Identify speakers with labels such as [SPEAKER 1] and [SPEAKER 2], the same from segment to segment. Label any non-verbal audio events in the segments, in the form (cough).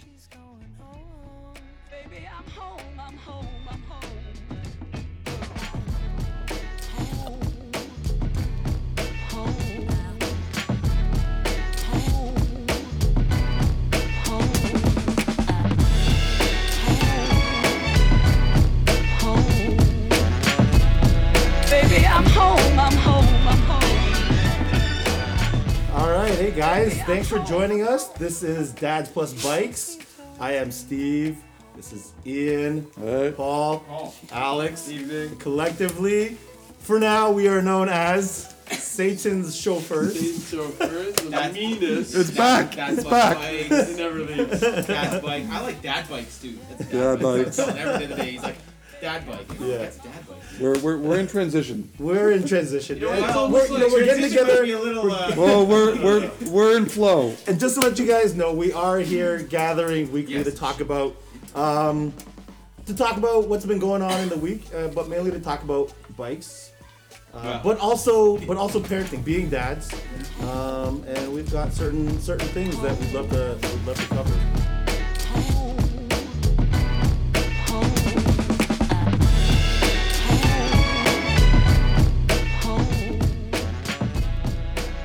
[SPEAKER 1] she's going home. Baby, I'm home, I'm home, I'm home. Home, home, home, home, home. Baby, I'm home, I'm home, I'm home.
[SPEAKER 2] All right, hey guys, thanks for joining us. This is Dads Plus Bikes. I am Steve. This is Ian, Paul, Alex.
[SPEAKER 3] Evening.
[SPEAKER 2] Collectively, for now, we are known as Satan's chauffeurs.
[SPEAKER 3] So first, the meanest.
[SPEAKER 4] It's back.
[SPEAKER 5] Dad's
[SPEAKER 4] it's
[SPEAKER 5] bike.
[SPEAKER 4] back.
[SPEAKER 5] bikes.
[SPEAKER 3] It never leaves.
[SPEAKER 5] Dad bike. I like dad bikes too. That's
[SPEAKER 4] Dad bikes.
[SPEAKER 5] Every other day he's like, dad bike. You know,
[SPEAKER 2] Yeah.
[SPEAKER 5] That's dad bike.
[SPEAKER 4] We're, we're, we're in transition.
[SPEAKER 2] We're in transition.
[SPEAKER 5] know,
[SPEAKER 2] We're-
[SPEAKER 5] it's almost
[SPEAKER 2] we're, you know,
[SPEAKER 5] like
[SPEAKER 2] we're getting
[SPEAKER 5] transition might be
[SPEAKER 2] together.
[SPEAKER 5] a little. Uh,
[SPEAKER 4] Well, we're we're we're in flow.
[SPEAKER 2] And just to let you guys know, we are here gathering weekly
[SPEAKER 5] Mm-hmm. Yes.
[SPEAKER 2] to talk about. Um, to talk about what's been going on in the week, uh, but mainly to talk about bikes, uh,
[SPEAKER 5] Yeah.
[SPEAKER 2] but also but also parenting, being dads, um, and we've got certain certain things that we'd love to we'd love to cover.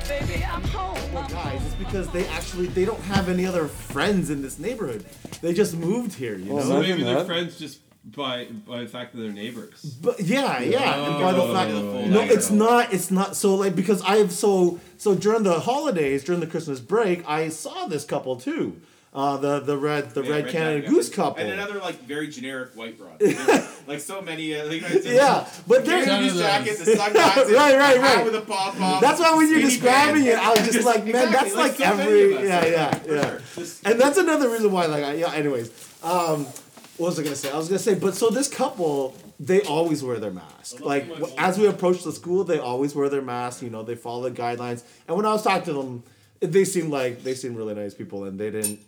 [SPEAKER 1] Baby, I'm home.
[SPEAKER 2] Well,
[SPEAKER 1] I'm
[SPEAKER 2] guys, it's because they actually they don't have any other friends in this neighborhood. They just moved here, you know.
[SPEAKER 4] Well,
[SPEAKER 3] So
[SPEAKER 4] Imagine
[SPEAKER 3] maybe they're
[SPEAKER 4] that.
[SPEAKER 3] friends just by by the fact that they're neighbors.
[SPEAKER 2] But yeah, yeah. and by the
[SPEAKER 5] Oh,
[SPEAKER 2] fact,
[SPEAKER 5] yeah, full
[SPEAKER 2] no,
[SPEAKER 5] diagram.
[SPEAKER 2] it's not. It's not. So like because I have so so during the holidays during the Christmas break, I saw this couple too. Uh, the the red the
[SPEAKER 5] Yeah,
[SPEAKER 2] red,
[SPEAKER 5] red
[SPEAKER 2] Canada
[SPEAKER 5] Canada
[SPEAKER 2] Goose
[SPEAKER 5] Goose.
[SPEAKER 2] couple.
[SPEAKER 5] and another like very generic white
[SPEAKER 2] (laughs)
[SPEAKER 5] broad. There's, like so many. Uh, like, it's-
[SPEAKER 2] yeah, but they're.
[SPEAKER 5] None of jacket, (laughs) the sunglasses,
[SPEAKER 2] Right, right,
[SPEAKER 5] the hat
[SPEAKER 2] right.
[SPEAKER 5] With a pop off.
[SPEAKER 2] That's why when you're
[SPEAKER 5] skinny
[SPEAKER 2] describing
[SPEAKER 5] pants.
[SPEAKER 2] it, I was just like, man,
[SPEAKER 5] Um, Exactly,
[SPEAKER 2] that's like,
[SPEAKER 5] so many
[SPEAKER 2] every
[SPEAKER 5] of us,
[SPEAKER 2] yeah, yeah,
[SPEAKER 5] for
[SPEAKER 2] yeah.
[SPEAKER 5] sure. Just-
[SPEAKER 2] And that's another reason why, like, I, yeah. Anyways, um, what was I gonna say? I was gonna say, but so this couple, they always wear their mask. Like w- as we approach the school, they always wear their mask. You know, they follow the guidelines. And when I was talking to them, they seemed like they seemed really nice people, and they didn't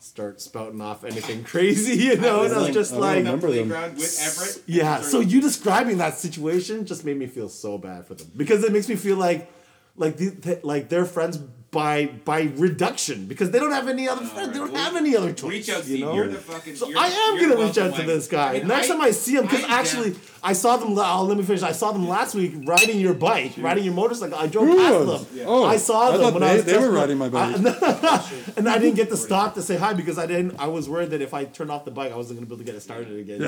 [SPEAKER 2] start spouting off anything (laughs) crazy. You know, and I was
[SPEAKER 4] like-
[SPEAKER 2] just
[SPEAKER 4] I
[SPEAKER 2] like,
[SPEAKER 5] the
[SPEAKER 4] remember them.
[SPEAKER 5] playground with Everett.
[SPEAKER 2] yeah, so
[SPEAKER 5] Sorry.
[SPEAKER 2] you describing that situation just made me feel so bad for them because it makes me feel like, like the, th- like they're friends by by reduction because they don't have any other friends. They
[SPEAKER 5] Oh, right,
[SPEAKER 2] don't
[SPEAKER 5] well,
[SPEAKER 2] have any other choice.
[SPEAKER 5] Reach out,
[SPEAKER 2] you
[SPEAKER 5] Steve.
[SPEAKER 2] know.
[SPEAKER 5] You're the fucking.
[SPEAKER 2] so
[SPEAKER 5] you're-
[SPEAKER 2] I am
[SPEAKER 5] you're
[SPEAKER 2] gonna
[SPEAKER 5] the
[SPEAKER 2] reach out to
[SPEAKER 5] welcome
[SPEAKER 2] this
[SPEAKER 5] one.
[SPEAKER 2] guy
[SPEAKER 5] And
[SPEAKER 2] next time I see him because
[SPEAKER 5] I
[SPEAKER 2] actually I saw them. Oh, let me finish. I saw them last week riding your bike, riding your motorcycle. I drove
[SPEAKER 4] Who
[SPEAKER 2] past
[SPEAKER 4] was?
[SPEAKER 2] them.
[SPEAKER 4] Oh,
[SPEAKER 2] I saw
[SPEAKER 4] I
[SPEAKER 2] them
[SPEAKER 4] thought
[SPEAKER 2] when
[SPEAKER 4] they,
[SPEAKER 2] I was
[SPEAKER 4] they were
[SPEAKER 2] testing-
[SPEAKER 4] riding
[SPEAKER 2] (laughs)
[SPEAKER 4] my bike.
[SPEAKER 2] and I didn't get to stop to say hi because I didn't. I was worried that if I turned off the bike, I wasn't gonna be able to get it started again.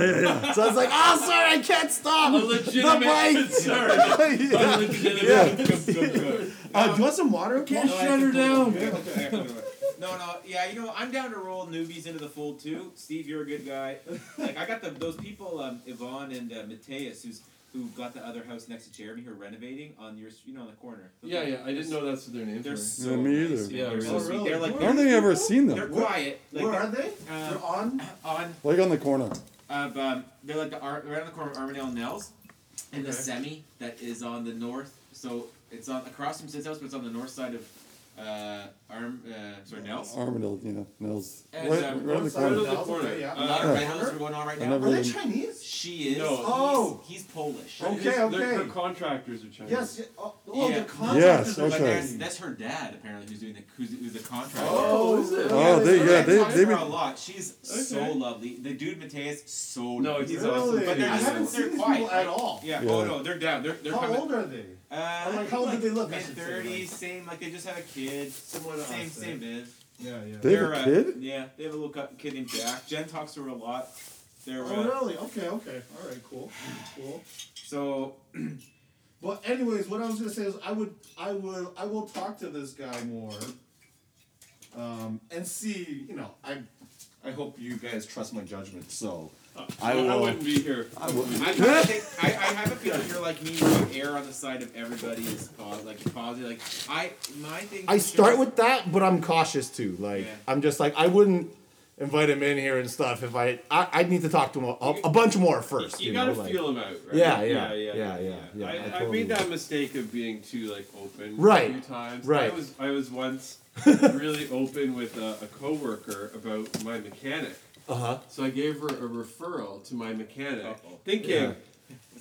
[SPEAKER 2] So I was like, "Oh, sorry, I can't stop
[SPEAKER 3] A
[SPEAKER 2] the
[SPEAKER 3] legitimate
[SPEAKER 2] bike."
[SPEAKER 3] concern.
[SPEAKER 2] yeah. (laughs) Uh, do you want some water?
[SPEAKER 5] No, I have
[SPEAKER 3] Shut
[SPEAKER 5] to pull
[SPEAKER 3] her down.
[SPEAKER 5] it. Okay, I have to pull it. No, no, yeah, you know, I'm down to roll newbies into the fold too. Steve, you're a good guy. Like I got the, those people, um, Yvonne and uh, Mateus, who's who got the other house next to Jeremy, who are renovating on your, you know, on the corner.
[SPEAKER 3] Yeah, yeah. I didn't know that's what their names
[SPEAKER 5] They're
[SPEAKER 3] were.
[SPEAKER 5] so
[SPEAKER 4] Yeah, me
[SPEAKER 5] nice.
[SPEAKER 4] either.
[SPEAKER 3] Yeah,
[SPEAKER 5] they're so
[SPEAKER 3] really.
[SPEAKER 5] sweet. They're like
[SPEAKER 4] I don't think I've ever seen
[SPEAKER 5] they're
[SPEAKER 4] them.
[SPEAKER 5] quiet. Like
[SPEAKER 2] Where are
[SPEAKER 5] they're
[SPEAKER 2] they?
[SPEAKER 5] uh,
[SPEAKER 2] They're on.
[SPEAKER 5] on
[SPEAKER 4] Like on the corner.
[SPEAKER 5] of um, they're like the Ar- right on the corner of Armadale and Nels, and the
[SPEAKER 3] Okay.
[SPEAKER 5] semi that is on the north. So it's on across from Sid's house, but it's on the north side of uh, Arm uh, sorry Nels.
[SPEAKER 4] Armadale, yeah, nails.
[SPEAKER 5] And,
[SPEAKER 4] Right,
[SPEAKER 5] uh,
[SPEAKER 4] right on the
[SPEAKER 2] what's
[SPEAKER 3] Right
[SPEAKER 5] (laughs)
[SPEAKER 3] on
[SPEAKER 4] corner.
[SPEAKER 3] the corner.
[SPEAKER 2] Okay, yeah.
[SPEAKER 5] A lot
[SPEAKER 3] Uh,
[SPEAKER 5] of
[SPEAKER 4] Yeah.
[SPEAKER 5] red houses are going on right
[SPEAKER 4] I
[SPEAKER 5] now.
[SPEAKER 4] never- Are they
[SPEAKER 2] Chinese?
[SPEAKER 5] She is.
[SPEAKER 3] No.
[SPEAKER 2] Oh.
[SPEAKER 5] he's, he's Polish.
[SPEAKER 2] Okay,
[SPEAKER 3] his- their-
[SPEAKER 2] okay.
[SPEAKER 3] Their contractors are Chinese.
[SPEAKER 2] Oh,
[SPEAKER 5] oh, the Yeah.
[SPEAKER 4] Yes,
[SPEAKER 5] But
[SPEAKER 4] okay.
[SPEAKER 5] that's, that's her dad apparently who's doing the who's, who's the contractor.
[SPEAKER 2] Oh, is it?
[SPEAKER 4] Oh, they-
[SPEAKER 5] Her
[SPEAKER 4] yeah,
[SPEAKER 5] dad
[SPEAKER 4] they-
[SPEAKER 5] talks
[SPEAKER 4] they
[SPEAKER 5] to her
[SPEAKER 4] would-
[SPEAKER 5] a lot. She's so
[SPEAKER 3] Okay.
[SPEAKER 5] lovely. The dude Mateus so.
[SPEAKER 3] No,
[SPEAKER 5] lovely.
[SPEAKER 3] he's awesome.
[SPEAKER 2] Really?
[SPEAKER 3] But
[SPEAKER 5] they're
[SPEAKER 2] I
[SPEAKER 5] just-
[SPEAKER 2] haven't
[SPEAKER 5] they're
[SPEAKER 2] seen these
[SPEAKER 5] quiet,
[SPEAKER 2] people at
[SPEAKER 5] like-
[SPEAKER 2] all.
[SPEAKER 5] yeah.
[SPEAKER 4] Yeah.
[SPEAKER 5] Oh no, they're down. They're they're
[SPEAKER 2] How
[SPEAKER 5] coming.
[SPEAKER 2] old are they?
[SPEAKER 5] Uh,
[SPEAKER 2] Like, how old did they look? I
[SPEAKER 5] Mid
[SPEAKER 2] should say, right?
[SPEAKER 5] thirties, same. Like they just had a kid.
[SPEAKER 2] Similar to us,
[SPEAKER 5] Same,
[SPEAKER 2] eh?
[SPEAKER 5] same biz.
[SPEAKER 2] Yeah, yeah.
[SPEAKER 4] They have
[SPEAKER 5] They're,
[SPEAKER 4] a
[SPEAKER 5] uh,
[SPEAKER 4] kid?
[SPEAKER 5] Yeah, they have a little cu- kid named Jack. Jen talks to her a lot. They're uh,
[SPEAKER 2] Oh, really? Okay, okay. All right, cool, cool.
[SPEAKER 5] so
[SPEAKER 2] But anyways, what I was gonna say is I would I would I will talk to this guy more. Um, and see, you know, I I hope you guys trust my judgment, so I
[SPEAKER 3] I
[SPEAKER 2] will
[SPEAKER 3] wouldn't be here.
[SPEAKER 2] I will (laughs)
[SPEAKER 5] I, I, think, I, I have a feeling you're like me. You err on the side of everybody is pos- like positive. Like I, my thing.
[SPEAKER 2] I start with that, but I'm cautious too. Like
[SPEAKER 5] Yeah.
[SPEAKER 2] I'm just like I wouldn't invite him in here and stuff if I I I need to talk to him a, a bunch more first.
[SPEAKER 3] You,
[SPEAKER 2] You,
[SPEAKER 3] gotta
[SPEAKER 2] know, like,
[SPEAKER 3] feel them out, right?
[SPEAKER 2] Yeah, yeah, yeah, yeah, yeah,
[SPEAKER 3] I,
[SPEAKER 2] I
[SPEAKER 3] I,
[SPEAKER 2] totally-
[SPEAKER 3] made that mistake of being too like open
[SPEAKER 2] Right,
[SPEAKER 3] a few times.
[SPEAKER 2] right.
[SPEAKER 3] I was I
[SPEAKER 2] (laughs)
[SPEAKER 3] was once really open with a, a coworker about my mechanic.
[SPEAKER 2] uh huh.
[SPEAKER 3] So I gave her a referral to my mechanic,
[SPEAKER 5] Uh-oh.
[SPEAKER 3] thinking
[SPEAKER 2] Yeah.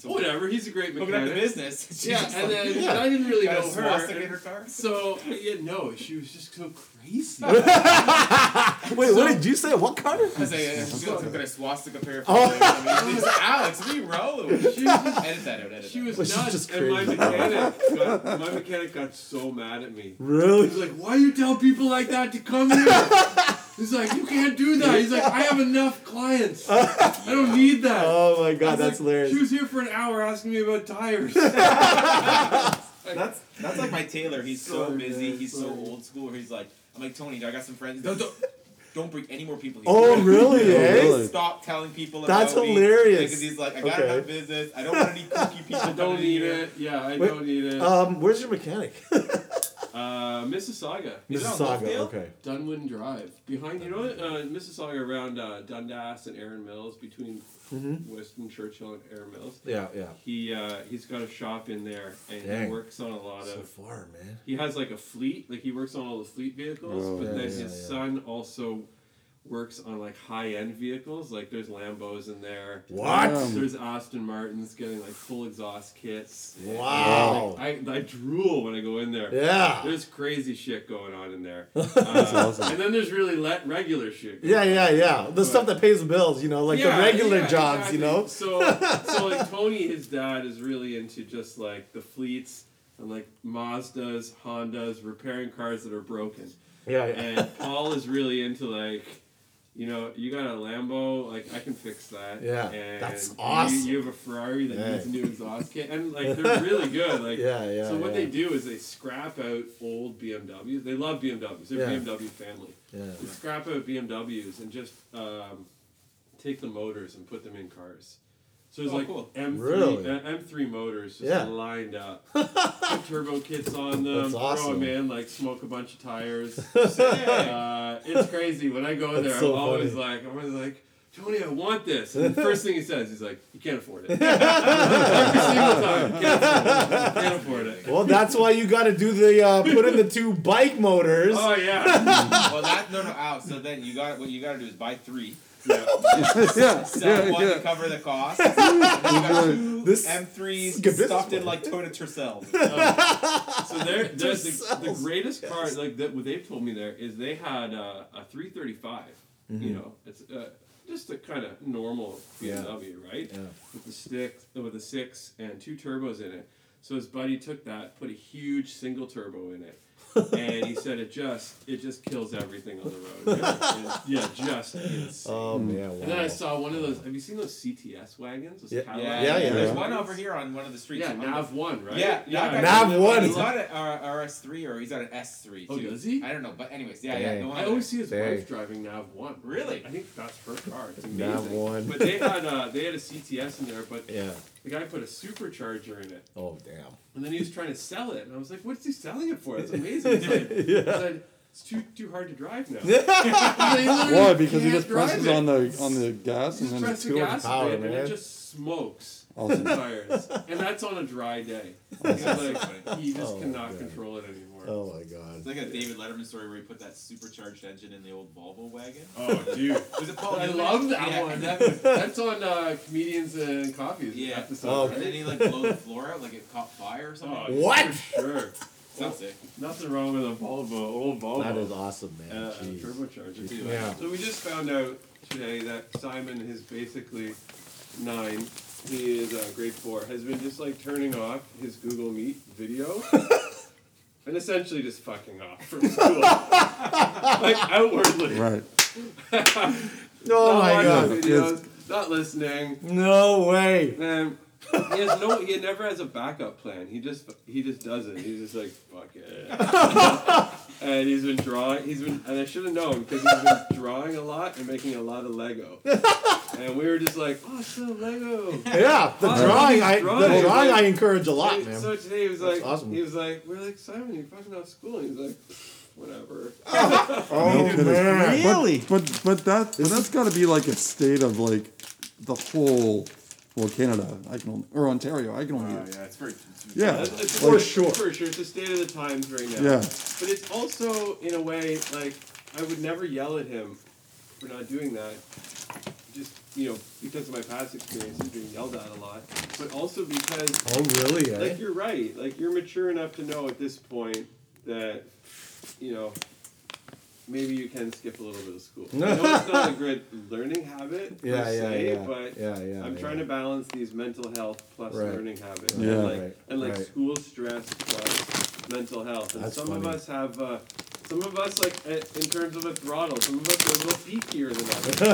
[SPEAKER 3] Whatever, he's a great
[SPEAKER 2] Oh,
[SPEAKER 5] Looking at the
[SPEAKER 3] mechanic.
[SPEAKER 5] business. (laughs) She's
[SPEAKER 3] Yeah,
[SPEAKER 5] just
[SPEAKER 3] and
[SPEAKER 5] like,
[SPEAKER 3] then
[SPEAKER 2] Yeah.
[SPEAKER 3] I didn't really
[SPEAKER 5] got a
[SPEAKER 3] know her.
[SPEAKER 5] swastika in her car.
[SPEAKER 3] So yeah, no, she was just so crazy.
[SPEAKER 2] (laughs) Wait, what did you say? What Carter?
[SPEAKER 5] I was like, uh, she's got some kind of swastika paraphernalia.
[SPEAKER 2] Oh.
[SPEAKER 5] I mean, it's Alex, we
[SPEAKER 2] (laughs)
[SPEAKER 5] roll. Edit
[SPEAKER 3] she was,
[SPEAKER 5] that out. Edit
[SPEAKER 3] she
[SPEAKER 5] that.
[SPEAKER 3] was
[SPEAKER 2] Was she
[SPEAKER 3] nuts,
[SPEAKER 2] just
[SPEAKER 3] and my
[SPEAKER 2] crazy?
[SPEAKER 3] mechanic, got, my mechanic got so mad at me. He's
[SPEAKER 2] Really?
[SPEAKER 3] like, "Why you tell people like that to come here?" He's like, "You can't do that." He's like, "I have enough clients. I don't need that."
[SPEAKER 2] Oh my
[SPEAKER 3] I
[SPEAKER 2] god,
[SPEAKER 3] was
[SPEAKER 2] that's
[SPEAKER 3] like,
[SPEAKER 2] hilarious.
[SPEAKER 3] She was here for an hour asking me about tires.
[SPEAKER 5] That's that's like my tailor. He's so
[SPEAKER 2] Sorry,
[SPEAKER 5] busy.
[SPEAKER 2] man,
[SPEAKER 5] He's so
[SPEAKER 2] sorry.
[SPEAKER 5] old school. Where he's like, I'm like Tony. I got some friends. Don't don't, don't bring any more people. here."
[SPEAKER 2] Oh really?
[SPEAKER 4] Yeah,
[SPEAKER 2] eh?
[SPEAKER 4] really.
[SPEAKER 5] Stop telling people.
[SPEAKER 2] That's
[SPEAKER 5] about
[SPEAKER 2] hilarious.
[SPEAKER 5] Because he's like, I gotta
[SPEAKER 2] Okay.
[SPEAKER 5] have business. I don't want any (laughs) cookie people.
[SPEAKER 3] I don't
[SPEAKER 5] coming
[SPEAKER 3] need
[SPEAKER 5] here."
[SPEAKER 3] it. Yeah, I
[SPEAKER 2] Wait,
[SPEAKER 3] don't need it. Uh,
[SPEAKER 2] Um, where's your mechanic?
[SPEAKER 3] Mississauga,
[SPEAKER 5] Is it on
[SPEAKER 2] Mississauga.
[SPEAKER 5] Oakdale?
[SPEAKER 2] Okay.
[SPEAKER 3] Dunwin Drive, behind you know what? Uh, Mississauga around uh, Dundas and Aaron Mills, between
[SPEAKER 2] Mm-hmm.
[SPEAKER 3] Weston Churchill and Aaron Mills.
[SPEAKER 2] Yeah, yeah.
[SPEAKER 3] He uh, he's got a shop in there, and he
[SPEAKER 2] Dang.
[SPEAKER 3] works on a lot
[SPEAKER 2] So
[SPEAKER 3] of.
[SPEAKER 2] far, man.
[SPEAKER 3] He has like a fleet, like he works on all the fleet vehicles,
[SPEAKER 4] Oh,
[SPEAKER 3] but then
[SPEAKER 2] yeah,
[SPEAKER 3] his
[SPEAKER 2] yeah.
[SPEAKER 3] son also works on like high end vehicles. Like there's Lambos in there.
[SPEAKER 2] What?
[SPEAKER 4] Damn.
[SPEAKER 3] There's Aston Martins getting like full exhaust kits.
[SPEAKER 2] Wow.
[SPEAKER 3] I, I drool when I go in there.
[SPEAKER 2] Yeah.
[SPEAKER 3] There's crazy shit going on
[SPEAKER 2] (laughs)
[SPEAKER 3] in there. That's
[SPEAKER 4] awesome.
[SPEAKER 3] And then there's really let regular shit. going
[SPEAKER 2] Yeah,
[SPEAKER 3] on.
[SPEAKER 2] yeah, yeah. The stuff that pays the bills, you know, like
[SPEAKER 3] Yeah,
[SPEAKER 2] the regular
[SPEAKER 3] yeah,
[SPEAKER 2] jobs, you know.
[SPEAKER 3] exactly.
[SPEAKER 2] (laughs)
[SPEAKER 3] So, so like Tony, his dad is really into just like the fleets and like Mazdas, Hondas, repairing cars that are broken.
[SPEAKER 2] Yeah, yeah. (laughs)
[SPEAKER 3] And Paul is really into like, you know, you got a Lambo, like I can fix that.
[SPEAKER 2] Yeah,
[SPEAKER 3] and
[SPEAKER 2] that's
[SPEAKER 3] you-
[SPEAKER 2] awesome.
[SPEAKER 3] You, have a Ferrari that
[SPEAKER 2] Yeah.
[SPEAKER 3] needs a new exhaust
[SPEAKER 2] (laughs)
[SPEAKER 3] kit, and like they're really good. Like
[SPEAKER 2] Yeah, yeah,
[SPEAKER 3] So what
[SPEAKER 2] yeah.
[SPEAKER 3] they do is they scrap out old BMWs. They love BMWs. They're
[SPEAKER 2] Yeah.
[SPEAKER 3] BMW family.
[SPEAKER 2] Yeah.
[SPEAKER 3] They scrap out BMWs and just um, take the motors and put them in cars. So there's
[SPEAKER 5] Oh,
[SPEAKER 3] like
[SPEAKER 5] cool.
[SPEAKER 3] M3,
[SPEAKER 2] Really?
[SPEAKER 3] uh, M3 motors just
[SPEAKER 2] Yeah. (laughs)
[SPEAKER 3] lined up. Put turbo kits on them,
[SPEAKER 2] That's
[SPEAKER 3] throw
[SPEAKER 2] awesome.
[SPEAKER 3] them in, like smoke a bunch of
[SPEAKER 2] (laughs)
[SPEAKER 3] tires.
[SPEAKER 5] Sick.
[SPEAKER 3] uh, it's crazy. When I go
[SPEAKER 2] That's
[SPEAKER 3] there,
[SPEAKER 2] so
[SPEAKER 3] I'm always
[SPEAKER 2] funny.
[SPEAKER 3] like, I'm always like, Tony, I want this. And the first thing he says, he's like, you can't afford
[SPEAKER 2] (laughs)
[SPEAKER 3] it. Every single time, "You can't afford it. You can't afford it.
[SPEAKER 2] Well, that's why you got to do the uh, put in the two bike motors.
[SPEAKER 3] Oh yeah.
[SPEAKER 2] (laughs)
[SPEAKER 5] well, that no no out. So then you got what you got to do is
[SPEAKER 2] (laughs)
[SPEAKER 5] buy three.
[SPEAKER 3] yeah.
[SPEAKER 4] yeah, (laughs)
[SPEAKER 5] Sell
[SPEAKER 4] yeah,
[SPEAKER 5] one to
[SPEAKER 4] yeah.
[SPEAKER 5] cover
[SPEAKER 2] (laughs)
[SPEAKER 5] the cost. you got two
[SPEAKER 2] This-
[SPEAKER 5] M3s
[SPEAKER 2] is good business
[SPEAKER 5] stuffed in
[SPEAKER 2] plan.
[SPEAKER 5] like Toyota
[SPEAKER 2] (laughs)
[SPEAKER 5] Tercel.
[SPEAKER 3] So they're, they're the, the
[SPEAKER 2] Yourselves.
[SPEAKER 3] greatest car, like that, what they've told me there is they had uh, a 335. You
[SPEAKER 2] Mm-hmm.
[SPEAKER 3] know, it's uh, just a kind of normal
[SPEAKER 2] Yeah.
[SPEAKER 3] BMW, right?
[SPEAKER 2] Yeah.
[SPEAKER 3] With the six, with a six and two turbos in it. So his buddy took that, put a huge single turbo in it, and he said it just it just kills everything on
[SPEAKER 2] (laughs)
[SPEAKER 3] the road. Yeah, yeah, just insane.
[SPEAKER 2] Oh man! Wow.
[SPEAKER 3] and then I saw one of those. Have you seen those CTS wagons? Those
[SPEAKER 2] Yeah.
[SPEAKER 3] Cadillac
[SPEAKER 2] Yeah, yeah.
[SPEAKER 5] There's
[SPEAKER 3] wagons?
[SPEAKER 5] one over here on one of the streets.
[SPEAKER 3] Yeah,
[SPEAKER 5] I'm
[SPEAKER 3] Nav One, right?
[SPEAKER 5] Yeah,
[SPEAKER 3] yeah.
[SPEAKER 2] Nav
[SPEAKER 5] that guy
[SPEAKER 2] Nav
[SPEAKER 5] lives-
[SPEAKER 2] one.
[SPEAKER 5] He's on an R- RS3 or he's on an S3.
[SPEAKER 3] Oh,
[SPEAKER 5] too.
[SPEAKER 3] does he?
[SPEAKER 5] I don't know, but anyways, yeah, yeah.
[SPEAKER 2] Dang.
[SPEAKER 5] No
[SPEAKER 3] I always see his
[SPEAKER 2] Dang.
[SPEAKER 3] wife driving Nav One.
[SPEAKER 5] Really?
[SPEAKER 3] I think that's her car. It's amazing.
[SPEAKER 2] Nav one.
[SPEAKER 3] But they had uh, they had a CTS in there, but
[SPEAKER 2] Yeah.
[SPEAKER 3] the guy put a supercharger in it,
[SPEAKER 2] Oh damn.
[SPEAKER 3] and then he was trying to sell it, and I was like, "What's he selling it for? That's amazing." He's like, he said, "It's too too hard to drive now."
[SPEAKER 4] Why?
[SPEAKER 3] Why?
[SPEAKER 4] Because he just presses on the on the gas
[SPEAKER 3] Just
[SPEAKER 4] and then
[SPEAKER 3] press
[SPEAKER 4] it's
[SPEAKER 3] the
[SPEAKER 4] two
[SPEAKER 3] gas
[SPEAKER 2] power,
[SPEAKER 3] button, and
[SPEAKER 2] man.
[SPEAKER 3] it just smokes
[SPEAKER 4] Awesome.
[SPEAKER 3] the tires, and that's on a dry day. He's like, he just
[SPEAKER 2] Oh,
[SPEAKER 3] cannot
[SPEAKER 2] God.
[SPEAKER 3] control it anymore.
[SPEAKER 2] Oh my
[SPEAKER 5] It's
[SPEAKER 2] god.
[SPEAKER 5] like a David Letterman story where he put that supercharged engine in the old Volvo wagon.
[SPEAKER 3] oh dude.
[SPEAKER 5] Was it (laughs) Paul?
[SPEAKER 3] I
[SPEAKER 5] Newman?
[SPEAKER 3] love that
[SPEAKER 2] (laughs)
[SPEAKER 5] Yeah, (laughs)
[SPEAKER 3] one.
[SPEAKER 5] that-
[SPEAKER 3] That- that's on uh, comedians and coffee
[SPEAKER 5] Yeah.
[SPEAKER 3] episode.
[SPEAKER 2] Oh,
[SPEAKER 5] And then he like blow the floor out like it caught fire or something.
[SPEAKER 3] Oh,
[SPEAKER 2] What?
[SPEAKER 3] For sure.
[SPEAKER 5] Sounds sick.
[SPEAKER 3] Nothing wrong with a Volvo, old Volvo.
[SPEAKER 2] That is awesome, man.
[SPEAKER 3] oh, Uh, and
[SPEAKER 2] Jeez.
[SPEAKER 3] turbocharger. too.
[SPEAKER 2] Yeah.
[SPEAKER 3] So we just found out today that Simon is basically nine. He is uh, grade four. Has been just like turning off his Google Meet
[SPEAKER 2] (laughs)
[SPEAKER 3] video. And essentially just fucking off
[SPEAKER 2] (laughs)
[SPEAKER 3] from school, like outwardly.
[SPEAKER 4] Right.
[SPEAKER 2] Oh
[SPEAKER 3] Not
[SPEAKER 2] my
[SPEAKER 3] watching
[SPEAKER 2] god.
[SPEAKER 3] videos, not listening.
[SPEAKER 2] No way. (laughs)
[SPEAKER 3] Um, he has no. He never has a backup plan. He just he just does it. He's just like fuck
[SPEAKER 2] (laughs)
[SPEAKER 3] it. and he's been drawing. He's been and I should have known because he's been drawing a lot and making a lot
[SPEAKER 2] (laughs)
[SPEAKER 3] of Lego. and we were just like, oh, it's still Lego.
[SPEAKER 2] Yeah, the
[SPEAKER 3] Oh,
[SPEAKER 2] drawing.
[SPEAKER 3] he's
[SPEAKER 2] I the
[SPEAKER 3] drawing.
[SPEAKER 2] drawing I encourage a lot,
[SPEAKER 3] And
[SPEAKER 2] man.
[SPEAKER 3] So today he was
[SPEAKER 2] That's
[SPEAKER 3] like,
[SPEAKER 2] awesome.
[SPEAKER 3] he was like, we are like Simon, you're fucking off school. And he's like,
[SPEAKER 2] (laughs)
[SPEAKER 3] whatever.
[SPEAKER 2] Oh
[SPEAKER 4] kidding.
[SPEAKER 2] man.
[SPEAKER 4] Really? But but, but that but that's got to be like a state of like the whole well Canada I can only, or Ontario I can only
[SPEAKER 5] Oh, yeah, it's very.
[SPEAKER 4] yeah
[SPEAKER 3] That's- that's-
[SPEAKER 2] For sure.
[SPEAKER 3] For sure, it's the state of the times right now.
[SPEAKER 4] yeah
[SPEAKER 3] But it's also, in a way, like I would never yell at him for not doing that just you know because of my past experiences being yelled at a lot, but also because
[SPEAKER 2] Oh, really? Eh?
[SPEAKER 3] like you're right. Like you're mature enough to know at this point that you know maybe you can skip a little bit of school. I know it's
[SPEAKER 2] (laughs)
[SPEAKER 3] not a good learning habit per
[SPEAKER 2] Yeah, yeah,
[SPEAKER 3] se,
[SPEAKER 2] yeah.
[SPEAKER 3] but
[SPEAKER 2] Yeah, yeah,
[SPEAKER 3] I'm
[SPEAKER 2] yeah.
[SPEAKER 3] trying to balance these mental health plus
[SPEAKER 2] Right.
[SPEAKER 3] learning habits.
[SPEAKER 4] Yeah.
[SPEAKER 3] and like,
[SPEAKER 2] Right,
[SPEAKER 3] and like
[SPEAKER 2] right.
[SPEAKER 3] school stress plus mental health. And
[SPEAKER 2] That's
[SPEAKER 3] some of
[SPEAKER 2] funny.
[SPEAKER 3] us have uh, some of us like uh, in terms of a throttle, some of us are a little peakier than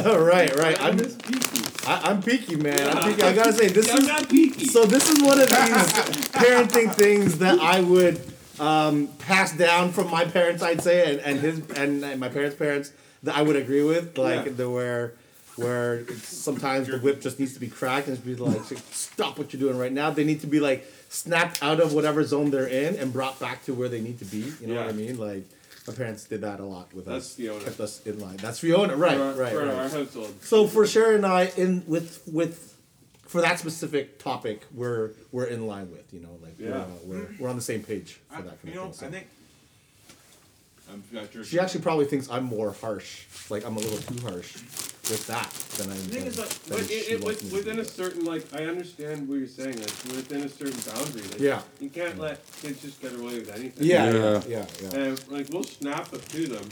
[SPEAKER 3] others.
[SPEAKER 2] (laughs) (laughs) right, right.
[SPEAKER 3] I'm
[SPEAKER 2] I'm
[SPEAKER 3] just peaky.
[SPEAKER 2] I, I'm peaky, man. I'm peaky. I gotta say this
[SPEAKER 3] I'm
[SPEAKER 2] is
[SPEAKER 3] not peaky.
[SPEAKER 2] So this is one of these parenting things that I would um, pass down from my parents, I'd say, and, and his and, and my parents' parents that I would agree with, like
[SPEAKER 3] Yeah.
[SPEAKER 2] the where where sometimes the whip just needs to be cracked and just be like, stop what you're doing right now. They need to be like snapped out of whatever zone they're in and brought back to where they need to be. You know what I
[SPEAKER 3] Yeah.
[SPEAKER 2] mean? Like my parents did that a lot with
[SPEAKER 3] That's
[SPEAKER 2] us,
[SPEAKER 3] Fiona.
[SPEAKER 2] kept us in line. That's Fiona, right?
[SPEAKER 3] for, our-
[SPEAKER 2] right,
[SPEAKER 3] for
[SPEAKER 2] right.
[SPEAKER 3] our household.
[SPEAKER 2] So for Sharon and I, in with with for that specific topic, we're we're in line with you know like we're,
[SPEAKER 3] Yeah.
[SPEAKER 2] uh, we're we're on the same page for
[SPEAKER 5] I,
[SPEAKER 2] that kind
[SPEAKER 5] you
[SPEAKER 2] of thing.
[SPEAKER 5] know,
[SPEAKER 2] So.
[SPEAKER 5] I think. I'm not sure.
[SPEAKER 2] she
[SPEAKER 5] (laughs)
[SPEAKER 2] actually probably thinks I'm more harsh, like I'm a little too harsh with that than I.
[SPEAKER 5] The thing is, like,
[SPEAKER 2] than
[SPEAKER 3] uh, But it,
[SPEAKER 2] she
[SPEAKER 3] it,
[SPEAKER 2] wants
[SPEAKER 3] with,
[SPEAKER 2] me to
[SPEAKER 3] within
[SPEAKER 2] do.
[SPEAKER 3] a certain like, I understand what you're saying. Like within a certain boundary. Like,
[SPEAKER 2] Yeah.
[SPEAKER 3] You can't let kids just get away with anything.
[SPEAKER 2] yeah, yeah,
[SPEAKER 4] Yeah.
[SPEAKER 2] yeah, yeah,
[SPEAKER 3] And like we'll snap it to them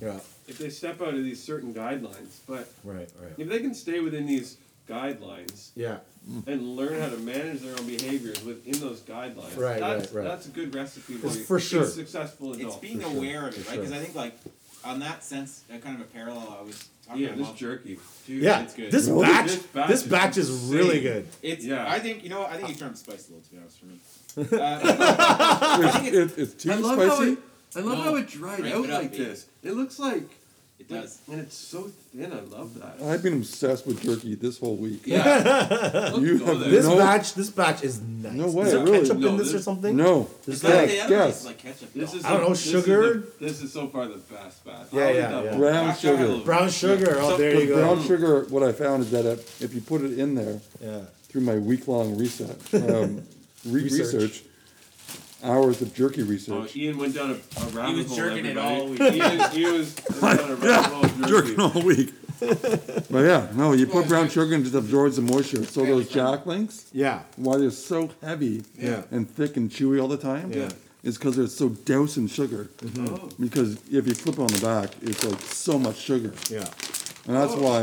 [SPEAKER 2] yeah.
[SPEAKER 3] if they step out of these certain guidelines. But
[SPEAKER 2] Right, right.
[SPEAKER 3] if they can stay within these guidelines
[SPEAKER 2] Yeah,
[SPEAKER 3] and learn how to manage their own behaviors within those guidelines,
[SPEAKER 2] Right,
[SPEAKER 3] that's,
[SPEAKER 2] right, right.
[SPEAKER 3] That's a good recipe
[SPEAKER 2] It's
[SPEAKER 3] you-
[SPEAKER 2] for
[SPEAKER 3] a
[SPEAKER 2] sure.
[SPEAKER 3] successful
[SPEAKER 5] It's
[SPEAKER 3] adult.
[SPEAKER 5] being
[SPEAKER 2] Oh, for sure,
[SPEAKER 5] aware of it,
[SPEAKER 2] for
[SPEAKER 5] right? Because
[SPEAKER 2] sure.
[SPEAKER 5] I think, like, on that sense, that kind of a parallel. I was talking
[SPEAKER 3] yeah,
[SPEAKER 5] to
[SPEAKER 3] this
[SPEAKER 5] mom.
[SPEAKER 3] jerky.
[SPEAKER 5] Dude,
[SPEAKER 2] yeah.
[SPEAKER 5] it's good.
[SPEAKER 2] This
[SPEAKER 4] Really?
[SPEAKER 2] batch,
[SPEAKER 3] This batch
[SPEAKER 2] this
[SPEAKER 3] is
[SPEAKER 2] batch is really good.
[SPEAKER 5] It's.
[SPEAKER 3] Yeah.
[SPEAKER 5] I think you know. what? I think you turned spice a little. To be honest, for me. (laughs) Uh,
[SPEAKER 4] It's, it, it's too
[SPEAKER 3] (laughs) I love how
[SPEAKER 4] spicy.
[SPEAKER 3] it. I love
[SPEAKER 5] No.
[SPEAKER 3] how it dried
[SPEAKER 5] Ramp
[SPEAKER 3] out
[SPEAKER 5] it up,
[SPEAKER 3] like
[SPEAKER 5] baby.
[SPEAKER 3] this. It looks like
[SPEAKER 5] it does.
[SPEAKER 3] and it's so thin. I love that.
[SPEAKER 4] I've been obsessed with jerky this whole week.
[SPEAKER 5] (laughs) Yeah.
[SPEAKER 2] (laughs)
[SPEAKER 4] You
[SPEAKER 3] go
[SPEAKER 4] have
[SPEAKER 3] there.
[SPEAKER 2] This
[SPEAKER 4] no,
[SPEAKER 2] batch, this batch is nice.
[SPEAKER 4] No way,
[SPEAKER 2] Is there
[SPEAKER 4] really.
[SPEAKER 2] ketchup
[SPEAKER 3] No,
[SPEAKER 2] in this,
[SPEAKER 3] this-
[SPEAKER 2] or something?
[SPEAKER 4] No.
[SPEAKER 2] This is
[SPEAKER 5] (laughs) It's not like
[SPEAKER 4] Guess,
[SPEAKER 5] the other
[SPEAKER 4] guess.
[SPEAKER 5] ones, like ketchup.
[SPEAKER 3] This
[SPEAKER 5] though.
[SPEAKER 3] is
[SPEAKER 2] I don't
[SPEAKER 3] the-
[SPEAKER 2] know,
[SPEAKER 3] this is
[SPEAKER 2] sugar?
[SPEAKER 3] the- This is, so far the best batch.
[SPEAKER 2] Yeah,
[SPEAKER 3] I like
[SPEAKER 2] yeah,
[SPEAKER 3] that
[SPEAKER 2] yeah.
[SPEAKER 3] one.
[SPEAKER 4] Brown
[SPEAKER 3] Black
[SPEAKER 4] sugar.
[SPEAKER 3] chocolate.
[SPEAKER 2] brown sugar. Oh,
[SPEAKER 3] So-
[SPEAKER 2] there you
[SPEAKER 4] But
[SPEAKER 2] go.
[SPEAKER 4] brown sugar, what I found is that if if you put it in there
[SPEAKER 2] Yeah.
[SPEAKER 4] through my week
[SPEAKER 2] (laughs)
[SPEAKER 4] long research, um, re-
[SPEAKER 2] Research.
[SPEAKER 4] research. hours of jerky
[SPEAKER 3] Oh,
[SPEAKER 4] research.
[SPEAKER 3] Ian went down a, a rabbit
[SPEAKER 5] He was
[SPEAKER 3] hole.
[SPEAKER 5] jerking it
[SPEAKER 3] everybody.
[SPEAKER 5] all week.
[SPEAKER 2] (laughs)
[SPEAKER 3] Ian, he was went down a rabbit hole of jerky.
[SPEAKER 4] Jerking all week. but yeah, no, you put brown sugar and it just absorbs the moisture. So those jack links,
[SPEAKER 2] Yeah.
[SPEAKER 4] why they're so heavy
[SPEAKER 2] Yeah.
[SPEAKER 4] and thick and chewy all the time,
[SPEAKER 2] Yeah. Mm-hmm.
[SPEAKER 4] is because they're so doused in sugar.
[SPEAKER 3] Oh.
[SPEAKER 4] Because if you flip it on the back, it's like so much sugar.
[SPEAKER 2] Yeah.
[SPEAKER 4] And that's
[SPEAKER 3] Oh.
[SPEAKER 4] why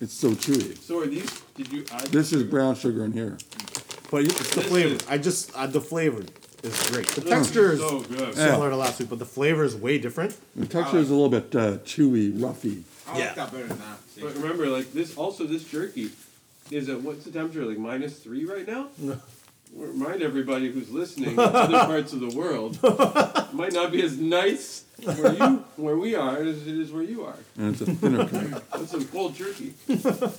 [SPEAKER 4] it's so chewy.
[SPEAKER 3] So are these? Did you? Add
[SPEAKER 4] This is brown sugar in here.
[SPEAKER 2] But it's the
[SPEAKER 3] This
[SPEAKER 2] flavor.
[SPEAKER 3] is-
[SPEAKER 2] I just uh, the flavor is great. The
[SPEAKER 3] This
[SPEAKER 2] texture is
[SPEAKER 3] so good.
[SPEAKER 4] Yeah.
[SPEAKER 2] similar to last week, but the flavor is way different.
[SPEAKER 4] The texture is a little bit uh, chewy, roughy.
[SPEAKER 5] I like that better than that.
[SPEAKER 3] But remember, like this. Also, this jerky is at what's the temperature? Like minus three right now. Remind everybody who's listening in other parts of the world it might not be as nice where you where we are as it is where you are.
[SPEAKER 4] And it's a thinner
[SPEAKER 2] (laughs)
[SPEAKER 4] kind.
[SPEAKER 3] That's some cold jerky.
[SPEAKER 5] Yeah.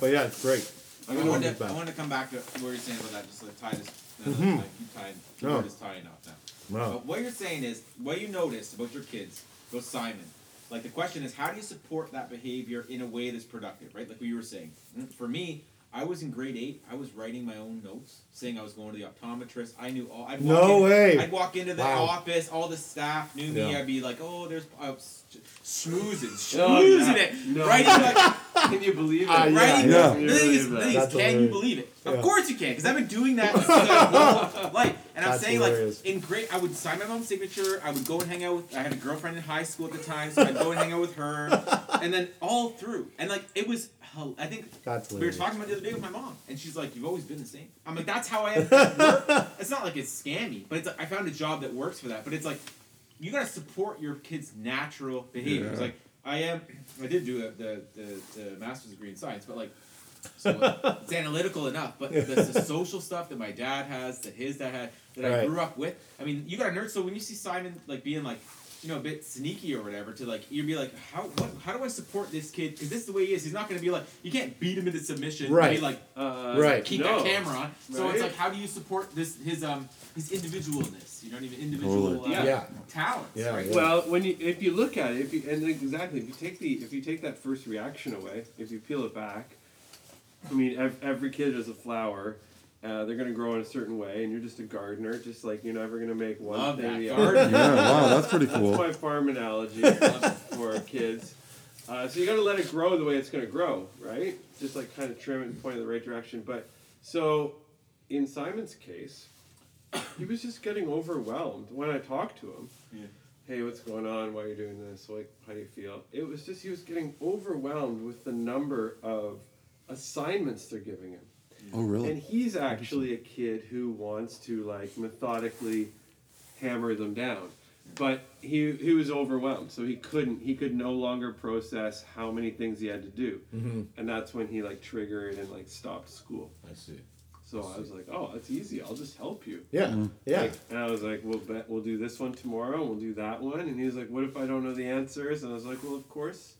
[SPEAKER 2] But yeah, it's great.
[SPEAKER 5] I,
[SPEAKER 2] gonna
[SPEAKER 5] wanted
[SPEAKER 2] look
[SPEAKER 5] to,
[SPEAKER 2] back.
[SPEAKER 5] I wanted to come back to what you were saying about that. Just like tie this, uh, like you tied, you
[SPEAKER 2] No.
[SPEAKER 5] were just tying off now.
[SPEAKER 2] No.
[SPEAKER 5] But what you're saying is what you noticed about your kids, about Simon. Like the question is, how do you support that behavior in a way that's productive, right? Like what you were saying. Mm, For me, I was in grade eight. I was writing my own notes, saying I was going to the optometrist. I knew all. I'd walk
[SPEAKER 2] No
[SPEAKER 5] in-
[SPEAKER 2] way.
[SPEAKER 5] I'd walk into the
[SPEAKER 2] Wow.
[SPEAKER 5] office. All the staff knew me.
[SPEAKER 2] Yeah.
[SPEAKER 5] I'd be like, "Oh, there's I was snoozing, snoozing
[SPEAKER 3] Oh, yeah.
[SPEAKER 5] it,
[SPEAKER 3] No.
[SPEAKER 5] writing like
[SPEAKER 3] Can you believe it?
[SPEAKER 2] Ah, yeah.
[SPEAKER 5] Writing
[SPEAKER 4] Yeah.
[SPEAKER 5] those- The thing is, the thing is,
[SPEAKER 2] That's
[SPEAKER 5] can you
[SPEAKER 2] hilarious.
[SPEAKER 5] believe it?
[SPEAKER 2] Yeah.
[SPEAKER 5] Of course you can, because I've been
[SPEAKER 2] (laughs)
[SPEAKER 5] doing that since I was little. like, and I'm
[SPEAKER 2] That's
[SPEAKER 5] saying
[SPEAKER 2] hilarious.
[SPEAKER 5] like in grade, I would sign my mom's signature. I would go and hang out with. I had a girlfriend in high school at the time, so I'd go and hang out
[SPEAKER 2] (laughs)
[SPEAKER 5] with her, and then all through, and like it was. hel- I think
[SPEAKER 2] That's
[SPEAKER 5] we were
[SPEAKER 2] hilarious.
[SPEAKER 5] talking about it the other day with my mom, and she's like, "You've always been the same." I'm like, "That's how I am."
[SPEAKER 2] (laughs)
[SPEAKER 5] at work." it's not like it's scammy, but it's like, I found a job that works for that. But it's like you gotta support your kids' natural behaviors.
[SPEAKER 4] Yeah.
[SPEAKER 5] Like I am, I did do a, the, the the master's degree in science, but like,
[SPEAKER 2] (laughs)
[SPEAKER 5] so uh, it's analytical enough. But the, the social stuff that my dad has, that his dad had, that I
[SPEAKER 2] Right.
[SPEAKER 5] grew up with. I mean, you gotta nerd. So when you see Simon like being like. You know, a bit sneaky or whatever. To like, you'd be like, how what, how do I support this kid? Because this is the way he is. He's not going to be like, you can't beat him into submission. and
[SPEAKER 2] Right.
[SPEAKER 5] Be like,
[SPEAKER 3] Uh,
[SPEAKER 2] Right.
[SPEAKER 5] keep
[SPEAKER 3] no.
[SPEAKER 5] that camera on. So it's
[SPEAKER 3] Right.
[SPEAKER 5] like, how do you support this his um his individualness? You know what I mean? Individual
[SPEAKER 4] Totally.
[SPEAKER 5] uh,
[SPEAKER 3] Yeah.
[SPEAKER 2] Yeah.
[SPEAKER 5] talents.
[SPEAKER 2] Yeah,
[SPEAKER 5] right?
[SPEAKER 2] yeah.
[SPEAKER 3] Well, when you if you look at it, if you and exactly if you take the if you take that first reaction away, if you peel it back, I mean ev- every kid is a flower. Uh, they're gonna grow in a certain way, and you're just a gardener. Just like you're never gonna make one
[SPEAKER 5] Love
[SPEAKER 3] thing
[SPEAKER 5] that
[SPEAKER 3] the
[SPEAKER 5] garden.
[SPEAKER 3] other.
[SPEAKER 4] Yeah, wow, that's pretty
[SPEAKER 3] That's (laughs)
[SPEAKER 4] cool.
[SPEAKER 3] my farm analogy for kids. Uh, so you got to let it grow the way it's going to grow, right? Just like kind of trim it and point in the right direction. But so in Simon's case, (coughs) he was just getting overwhelmed when I talked to him.
[SPEAKER 5] Yeah.
[SPEAKER 3] Hey, what's going on? Why are you doing this? Like, how do you feel? It was just he was getting overwhelmed with the number of assignments they're giving him.
[SPEAKER 4] Oh, really?
[SPEAKER 3] And he's actually a kid who wants to like methodically hammer them down. But he he was overwhelmed, so he couldn't he could no longer process how many things he had to do.
[SPEAKER 2] Mm-hmm.
[SPEAKER 3] And that's when he like triggered and like stopped school.
[SPEAKER 6] I see.
[SPEAKER 3] So I was like, "Oh, that's easy. I'll just help you."
[SPEAKER 2] Yeah,
[SPEAKER 4] Mm.
[SPEAKER 2] yeah.
[SPEAKER 3] Like, and I was like, "We'll bet we'll do this one tomorrow. and We'll do that one." And he was like, "What if I don't know the answers?" And I was like, "Well, of course,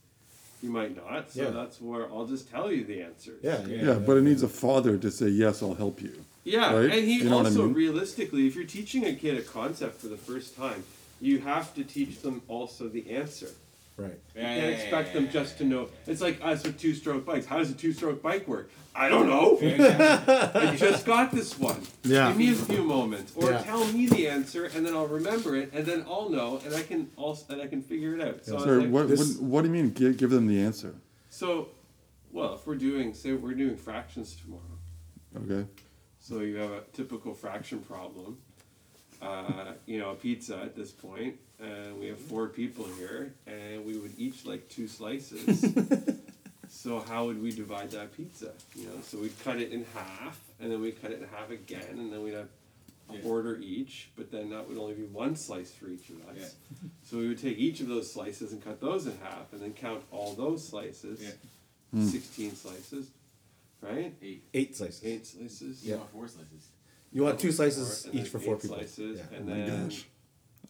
[SPEAKER 3] you might not. So
[SPEAKER 2] Yeah.
[SPEAKER 3] that's where I'll just tell you the answers."
[SPEAKER 2] yeah, yeah.
[SPEAKER 4] yeah, but it needs a father to say, yes, I'll help you.
[SPEAKER 3] Yeah,
[SPEAKER 4] Right?
[SPEAKER 3] and he
[SPEAKER 4] You know what I
[SPEAKER 3] also
[SPEAKER 4] mean?
[SPEAKER 3] realistically, if you're teaching a kid a concept for the first time, you have to teach them also the answer.
[SPEAKER 2] Right.
[SPEAKER 5] Yeah,
[SPEAKER 3] You
[SPEAKER 5] yeah,
[SPEAKER 3] can't
[SPEAKER 5] yeah,
[SPEAKER 3] expect
[SPEAKER 5] yeah,
[SPEAKER 3] them
[SPEAKER 5] yeah,
[SPEAKER 3] just to know. It's like us with two-stroke bikes. How does a two-stroke bike work? I don't know.
[SPEAKER 5] yeah, exactly.
[SPEAKER 3] (laughs) I just got this one.
[SPEAKER 2] Yeah.
[SPEAKER 3] Give me a few moments, or
[SPEAKER 2] Yeah.
[SPEAKER 3] tell me the answer, and then I'll remember it, and then I'll know, and I can also and I can figure it out. So, I was
[SPEAKER 4] Sorry,
[SPEAKER 3] like-
[SPEAKER 4] what,
[SPEAKER 2] this-
[SPEAKER 4] what, what do you mean give, give them the answer?
[SPEAKER 3] so, well, if we're doing say we're doing fractions tomorrow.
[SPEAKER 4] Okay.
[SPEAKER 3] So you have a typical fraction problem. Uh, you know, a pizza at this point, and we have four people here, and we would each like two slices.
[SPEAKER 5] (laughs)
[SPEAKER 3] so how would we divide that pizza? You know, so we'd cut it in half, and then we cut it in half again, and then we'd have a
[SPEAKER 5] Yeah.
[SPEAKER 3] quarter each, but then that would only be one slice for each of us. So we would take each of those slices and cut those in half, and then count all those slices,
[SPEAKER 5] Yeah.
[SPEAKER 3] sixteen slices, right?
[SPEAKER 5] Eight.
[SPEAKER 2] Eight slices.
[SPEAKER 3] Eight slices.
[SPEAKER 5] You want four slices.
[SPEAKER 2] You want two slices
[SPEAKER 3] and
[SPEAKER 2] each
[SPEAKER 3] then
[SPEAKER 2] for four
[SPEAKER 3] eight
[SPEAKER 2] people.
[SPEAKER 3] Slices,
[SPEAKER 2] Yeah.
[SPEAKER 3] and
[SPEAKER 4] Oh my
[SPEAKER 3] then,
[SPEAKER 4] gosh.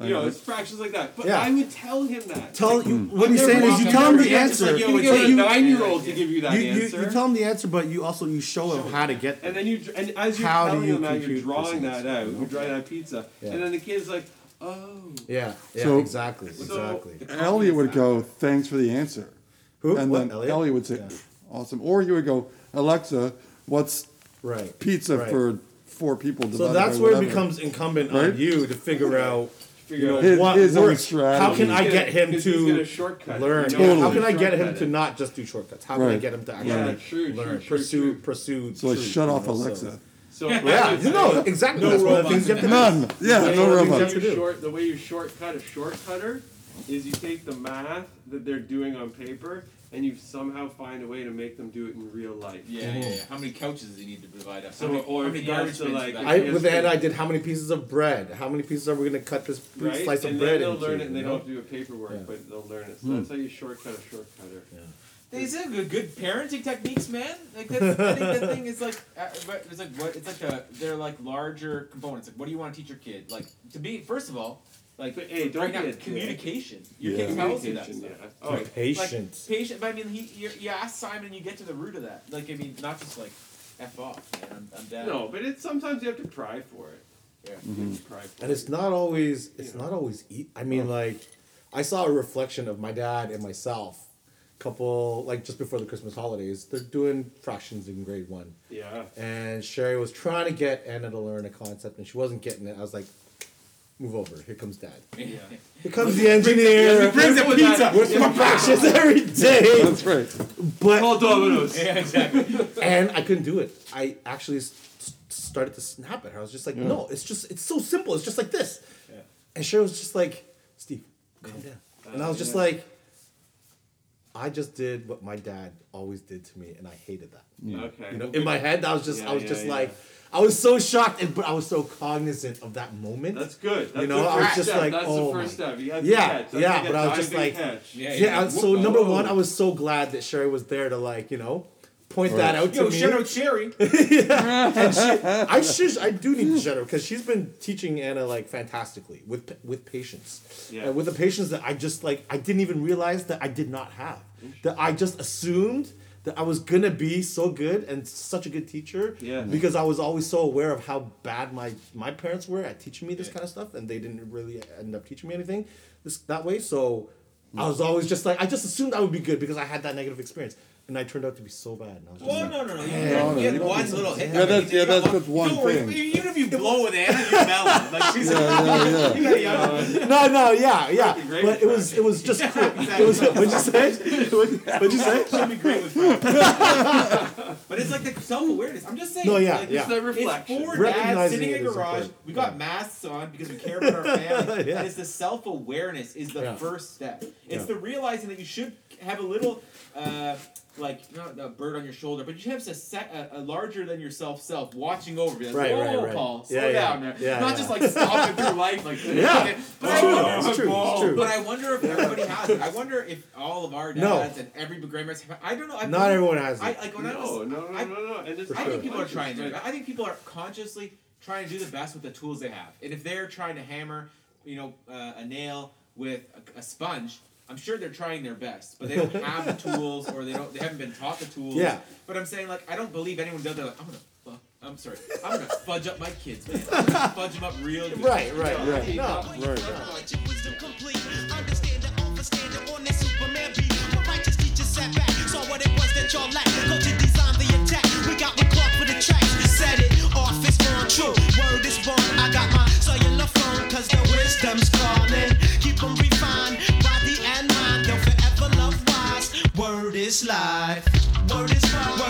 [SPEAKER 3] You know, it's fractions like that. But
[SPEAKER 2] Yeah.
[SPEAKER 3] I would tell him that.
[SPEAKER 2] Tell
[SPEAKER 3] Like,
[SPEAKER 2] you
[SPEAKER 4] Mm.
[SPEAKER 2] what he's
[SPEAKER 3] never
[SPEAKER 2] saying is
[SPEAKER 3] walk
[SPEAKER 2] you
[SPEAKER 3] up
[SPEAKER 2] tell him
[SPEAKER 3] never
[SPEAKER 2] the
[SPEAKER 3] yet,
[SPEAKER 2] answer.
[SPEAKER 3] Like, you know,
[SPEAKER 2] but
[SPEAKER 3] you get a
[SPEAKER 2] you-
[SPEAKER 3] nine-year-old to
[SPEAKER 5] Yeah.
[SPEAKER 3] give you that
[SPEAKER 2] you, you,
[SPEAKER 3] answer.
[SPEAKER 2] you tell him the answer, but you also you show him how to get
[SPEAKER 3] and then you, dr- and as you're
[SPEAKER 2] How do
[SPEAKER 3] telling
[SPEAKER 2] you
[SPEAKER 3] him that, you're
[SPEAKER 2] compute
[SPEAKER 3] drawing
[SPEAKER 2] this
[SPEAKER 3] that out. You're drawing that pizza,
[SPEAKER 2] Yeah.
[SPEAKER 3] and then the kid's like, "Oh,
[SPEAKER 2] Yeah, yeah,
[SPEAKER 4] So-
[SPEAKER 2] exactly,
[SPEAKER 3] So-
[SPEAKER 2] exactly.
[SPEAKER 4] Elliot would go, thanks for the answer.
[SPEAKER 2] Who?
[SPEAKER 4] and
[SPEAKER 2] What,
[SPEAKER 4] then
[SPEAKER 2] Elliot?
[SPEAKER 4] Elliot? would say,
[SPEAKER 2] Yeah.
[SPEAKER 4] awesome. Or you would go, Alexa, what's
[SPEAKER 2] Right.
[SPEAKER 4] pizza
[SPEAKER 2] right.
[SPEAKER 4] for four people divided
[SPEAKER 2] So that's
[SPEAKER 4] by
[SPEAKER 2] where it
[SPEAKER 4] whatever?
[SPEAKER 2] becomes incumbent
[SPEAKER 4] Right?
[SPEAKER 2] on you to
[SPEAKER 3] (laughs)
[SPEAKER 2] figure out
[SPEAKER 3] figure out."
[SPEAKER 4] His-
[SPEAKER 2] what
[SPEAKER 4] his own
[SPEAKER 2] works. How
[SPEAKER 4] strategy.
[SPEAKER 2] can I get him
[SPEAKER 3] Because he's gonna
[SPEAKER 2] to
[SPEAKER 3] shortcut.
[SPEAKER 2] learn?
[SPEAKER 3] You
[SPEAKER 2] Yeah,
[SPEAKER 3] know,
[SPEAKER 2] How
[SPEAKER 4] Totally.
[SPEAKER 2] can I get him
[SPEAKER 3] shortcut
[SPEAKER 2] to
[SPEAKER 3] it.
[SPEAKER 2] not just do shortcuts? How can I
[SPEAKER 4] Right.
[SPEAKER 2] get him to actually
[SPEAKER 3] Yeah, true, true,
[SPEAKER 2] learn,
[SPEAKER 3] true,
[SPEAKER 2] pursue,
[SPEAKER 3] true.
[SPEAKER 2] pursue?
[SPEAKER 4] So I
[SPEAKER 2] truth,
[SPEAKER 4] shut
[SPEAKER 2] you
[SPEAKER 4] off
[SPEAKER 2] know, so-
[SPEAKER 4] Alexa.
[SPEAKER 3] So I
[SPEAKER 2] Yeah,
[SPEAKER 3] would
[SPEAKER 2] you
[SPEAKER 3] say-
[SPEAKER 2] know exactly.
[SPEAKER 3] No
[SPEAKER 2] That's one of the
[SPEAKER 5] robots
[SPEAKER 2] things you
[SPEAKER 5] in
[SPEAKER 2] have to
[SPEAKER 5] the
[SPEAKER 2] do.
[SPEAKER 4] None. Yeah,
[SPEAKER 2] Yeah,
[SPEAKER 4] no
[SPEAKER 2] you
[SPEAKER 4] robot.
[SPEAKER 2] have to
[SPEAKER 3] you
[SPEAKER 2] do.
[SPEAKER 3] short- the way you shortcut a shortcutter is you take the math that they're doing on paper and you somehow find a way to make them do it in real life.
[SPEAKER 5] Yeah, yeah, yeah. How many couches does he need to provide us?
[SPEAKER 3] So,
[SPEAKER 5] how many,
[SPEAKER 3] or
[SPEAKER 5] how
[SPEAKER 3] if
[SPEAKER 5] many
[SPEAKER 3] he has
[SPEAKER 5] garbage
[SPEAKER 3] to,
[SPEAKER 5] bins
[SPEAKER 3] like,
[SPEAKER 5] does that
[SPEAKER 2] I
[SPEAKER 5] need?
[SPEAKER 3] Yes,
[SPEAKER 2] with the head,
[SPEAKER 3] please.
[SPEAKER 2] I did how many pieces of bread? How many pieces are we going to cut this
[SPEAKER 3] Right?
[SPEAKER 2] slice of
[SPEAKER 3] and
[SPEAKER 2] bread
[SPEAKER 3] then they'll
[SPEAKER 2] into?
[SPEAKER 3] learn it and they
[SPEAKER 2] you
[SPEAKER 3] don't
[SPEAKER 2] know?
[SPEAKER 3] have to do it paperwork,
[SPEAKER 2] Yeah. Hmm.
[SPEAKER 3] but they'll learn it. So that's how you shortcut a shortcutter.
[SPEAKER 5] These are good, good parenting techniques, man. Like that's, I think the thing is like, uh, but it's like what it's like a they're like larger components. Like what do you want to teach your kid? Like to be first of all, like
[SPEAKER 3] But, hey,
[SPEAKER 5] right
[SPEAKER 3] don't
[SPEAKER 5] now,
[SPEAKER 3] be a dick.
[SPEAKER 5] communication. Your
[SPEAKER 4] Yeah.
[SPEAKER 5] kid tells you that
[SPEAKER 3] Communication,
[SPEAKER 5] stuff.
[SPEAKER 3] yeah. Oh,
[SPEAKER 2] Patience.
[SPEAKER 5] Like, patient. But I mean, he you, you ask Simon, and you get to the root of that. Like I mean, not just like f off, man. I'm, I'm down.
[SPEAKER 3] Oh, No, but it's sometimes you have to pry for it.
[SPEAKER 5] Yeah.
[SPEAKER 3] You have to pry for
[SPEAKER 2] and it's not always it's
[SPEAKER 3] Yeah.
[SPEAKER 2] not always e- i mean like i saw a reflection of my dad and myself couple like just before the christmas holidays they're doing fractions in grade one
[SPEAKER 3] it. Yeah.
[SPEAKER 2] and sherry was trying to get anna to learn a concept and she wasn't getting it i was like move over here comes dad
[SPEAKER 5] (laughs) Yeah.
[SPEAKER 2] here comes the (laughs) engineer
[SPEAKER 5] Brings the pizza.
[SPEAKER 2] we're throwing fractions every day
[SPEAKER 4] That's right.
[SPEAKER 2] but
[SPEAKER 3] Call (laughs) Domino's.
[SPEAKER 5] Yeah, exactly.
[SPEAKER 2] and i couldn't do it i actually s- s- started to snap at her i was just like
[SPEAKER 3] Mm.
[SPEAKER 2] no it's just it's so simple it's just like this
[SPEAKER 5] Yeah.
[SPEAKER 2] and Cheryl was just like, Steve, calm down. And I was just
[SPEAKER 3] Uh, yeah.
[SPEAKER 2] like, I just did what my dad always did to me, and I hated that.
[SPEAKER 3] Okay.
[SPEAKER 2] You know, in my head, I was just,
[SPEAKER 3] Yeah,
[SPEAKER 2] I was
[SPEAKER 3] yeah,
[SPEAKER 2] just
[SPEAKER 3] yeah.
[SPEAKER 2] like, I was so shocked, and but I was so cognizant of that moment.
[SPEAKER 3] that's good. That's
[SPEAKER 2] know,
[SPEAKER 3] the
[SPEAKER 2] I was
[SPEAKER 3] first
[SPEAKER 2] just
[SPEAKER 3] step.
[SPEAKER 2] like,
[SPEAKER 3] that's
[SPEAKER 2] oh
[SPEAKER 3] the
[SPEAKER 2] my-
[SPEAKER 3] first step. You have
[SPEAKER 2] Yeah,
[SPEAKER 3] to catch. That's
[SPEAKER 2] yeah,
[SPEAKER 3] like a
[SPEAKER 2] but I was
[SPEAKER 3] dive
[SPEAKER 2] just
[SPEAKER 3] and
[SPEAKER 2] like-
[SPEAKER 3] catch.
[SPEAKER 5] Yeah.
[SPEAKER 2] yeah, I- so number one, I was so glad that Sherry was there to like, you know, point that out to
[SPEAKER 5] (laughs) Yo,
[SPEAKER 2] me.
[SPEAKER 5] shout out (laughs) Cherry.
[SPEAKER 2] I should. I do need to shut her because she's been teaching Anna like fantastically with pa- with patience,
[SPEAKER 3] Yeah.
[SPEAKER 2] Uh, with the patience that I just like I didn't even realize that I did not have. That I just assumed that I was gonna be so good and such a good teacher.
[SPEAKER 3] Yeah.
[SPEAKER 2] Because I was always so aware of how bad my my parents were at teaching me this
[SPEAKER 5] Yeah.
[SPEAKER 2] kind of stuff, and they didn't really end up teaching me anything this that way. So I was always just like I just assumed I would be good because I had that negative experience. and I turned out to be so bad. And I was just
[SPEAKER 5] Well,
[SPEAKER 2] like,
[SPEAKER 5] Oh, no, no, no. You,
[SPEAKER 4] Yeah,
[SPEAKER 5] you
[SPEAKER 4] no,
[SPEAKER 5] get
[SPEAKER 4] you don't
[SPEAKER 5] one
[SPEAKER 4] need
[SPEAKER 5] little
[SPEAKER 4] to-
[SPEAKER 5] hiccup.
[SPEAKER 4] Yeah,
[SPEAKER 5] and
[SPEAKER 4] that's-
[SPEAKER 5] you
[SPEAKER 4] yeah,
[SPEAKER 5] got
[SPEAKER 4] that's just one
[SPEAKER 5] Don't worry,
[SPEAKER 4] thing.
[SPEAKER 5] Even if you blow with Anna, you're mellow. Like
[SPEAKER 4] (laughs)
[SPEAKER 5] she's
[SPEAKER 4] Yeah, yeah, yeah.
[SPEAKER 5] (laughs) you got a young.
[SPEAKER 3] Uh,
[SPEAKER 2] no, no, yeah, yeah.
[SPEAKER 3] That'd be great
[SPEAKER 2] But it
[SPEAKER 3] with
[SPEAKER 2] was, it was just cool.
[SPEAKER 5] exactly.
[SPEAKER 2] It was, what'd you
[SPEAKER 5] (laughs)
[SPEAKER 2] say? What'd, what'd you (laughs) say?
[SPEAKER 5] She'd be great with friends. (laughs) but it's like the self awareness. I'm just saying.
[SPEAKER 2] No, yeah,
[SPEAKER 5] like,
[SPEAKER 2] yeah.
[SPEAKER 3] It's the reflection.
[SPEAKER 5] It's four dads
[SPEAKER 2] Recognizing
[SPEAKER 5] sitting
[SPEAKER 2] it
[SPEAKER 5] in a
[SPEAKER 2] is
[SPEAKER 5] garage.
[SPEAKER 2] important.
[SPEAKER 5] We got
[SPEAKER 2] Yeah.
[SPEAKER 5] masks on because we care about
[SPEAKER 2] (laughs)
[SPEAKER 5] our family.
[SPEAKER 2] Yeah.
[SPEAKER 5] And it's the self awareness is the
[SPEAKER 2] Yeah.
[SPEAKER 5] first step. It's
[SPEAKER 2] Yeah.
[SPEAKER 5] the realizing that you should have a little, uh, like not a bird on your shoulder, but you should have a, sec- a, a larger than yourself self watching over you. Like,
[SPEAKER 2] Right,
[SPEAKER 5] Whoa,
[SPEAKER 2] right, right.
[SPEAKER 5] Paul, slow
[SPEAKER 2] Yeah, yeah.
[SPEAKER 5] down there.
[SPEAKER 2] Yeah,
[SPEAKER 5] not
[SPEAKER 2] yeah.
[SPEAKER 5] just like stomping through
[SPEAKER 2] (laughs)
[SPEAKER 5] life like.
[SPEAKER 2] Yeah.
[SPEAKER 5] But
[SPEAKER 2] It's
[SPEAKER 5] I
[SPEAKER 2] true,
[SPEAKER 5] wonder
[SPEAKER 2] it's true, it's true.
[SPEAKER 5] but I wonder if everybody has it. I wonder if all of our
[SPEAKER 2] No.
[SPEAKER 5] dads and every grandma's have. I don't know. I
[SPEAKER 2] Not everyone has
[SPEAKER 5] I
[SPEAKER 2] it.
[SPEAKER 5] like when I
[SPEAKER 3] No,
[SPEAKER 5] was.
[SPEAKER 3] no, no,
[SPEAKER 5] I-
[SPEAKER 3] no, no. And it's
[SPEAKER 2] For
[SPEAKER 5] I
[SPEAKER 2] sure.
[SPEAKER 5] think people are trying.
[SPEAKER 3] Like,
[SPEAKER 5] To, I think people are consciously trying to do the best with the tools they have. And if they're trying to hammer, you know, uh, a nail with a, a sponge. I'm sure they're trying their best, but they don't have the tools, or they don't. They haven't been taught the tools.
[SPEAKER 2] Yeah.
[SPEAKER 5] But I'm saying, like, I don't believe anyone does that. Like, I'm gonna, fuck, I'm sorry, I'm gonna fudge up my kids, man. I'm gonna fudge them up real good.
[SPEAKER 2] Right, right, right.
[SPEAKER 3] No.
[SPEAKER 2] No, right.
[SPEAKER 6] Wisdom's calling, keep 'em refined, body and mind. They'll forever love wise. Word is life. Word is life.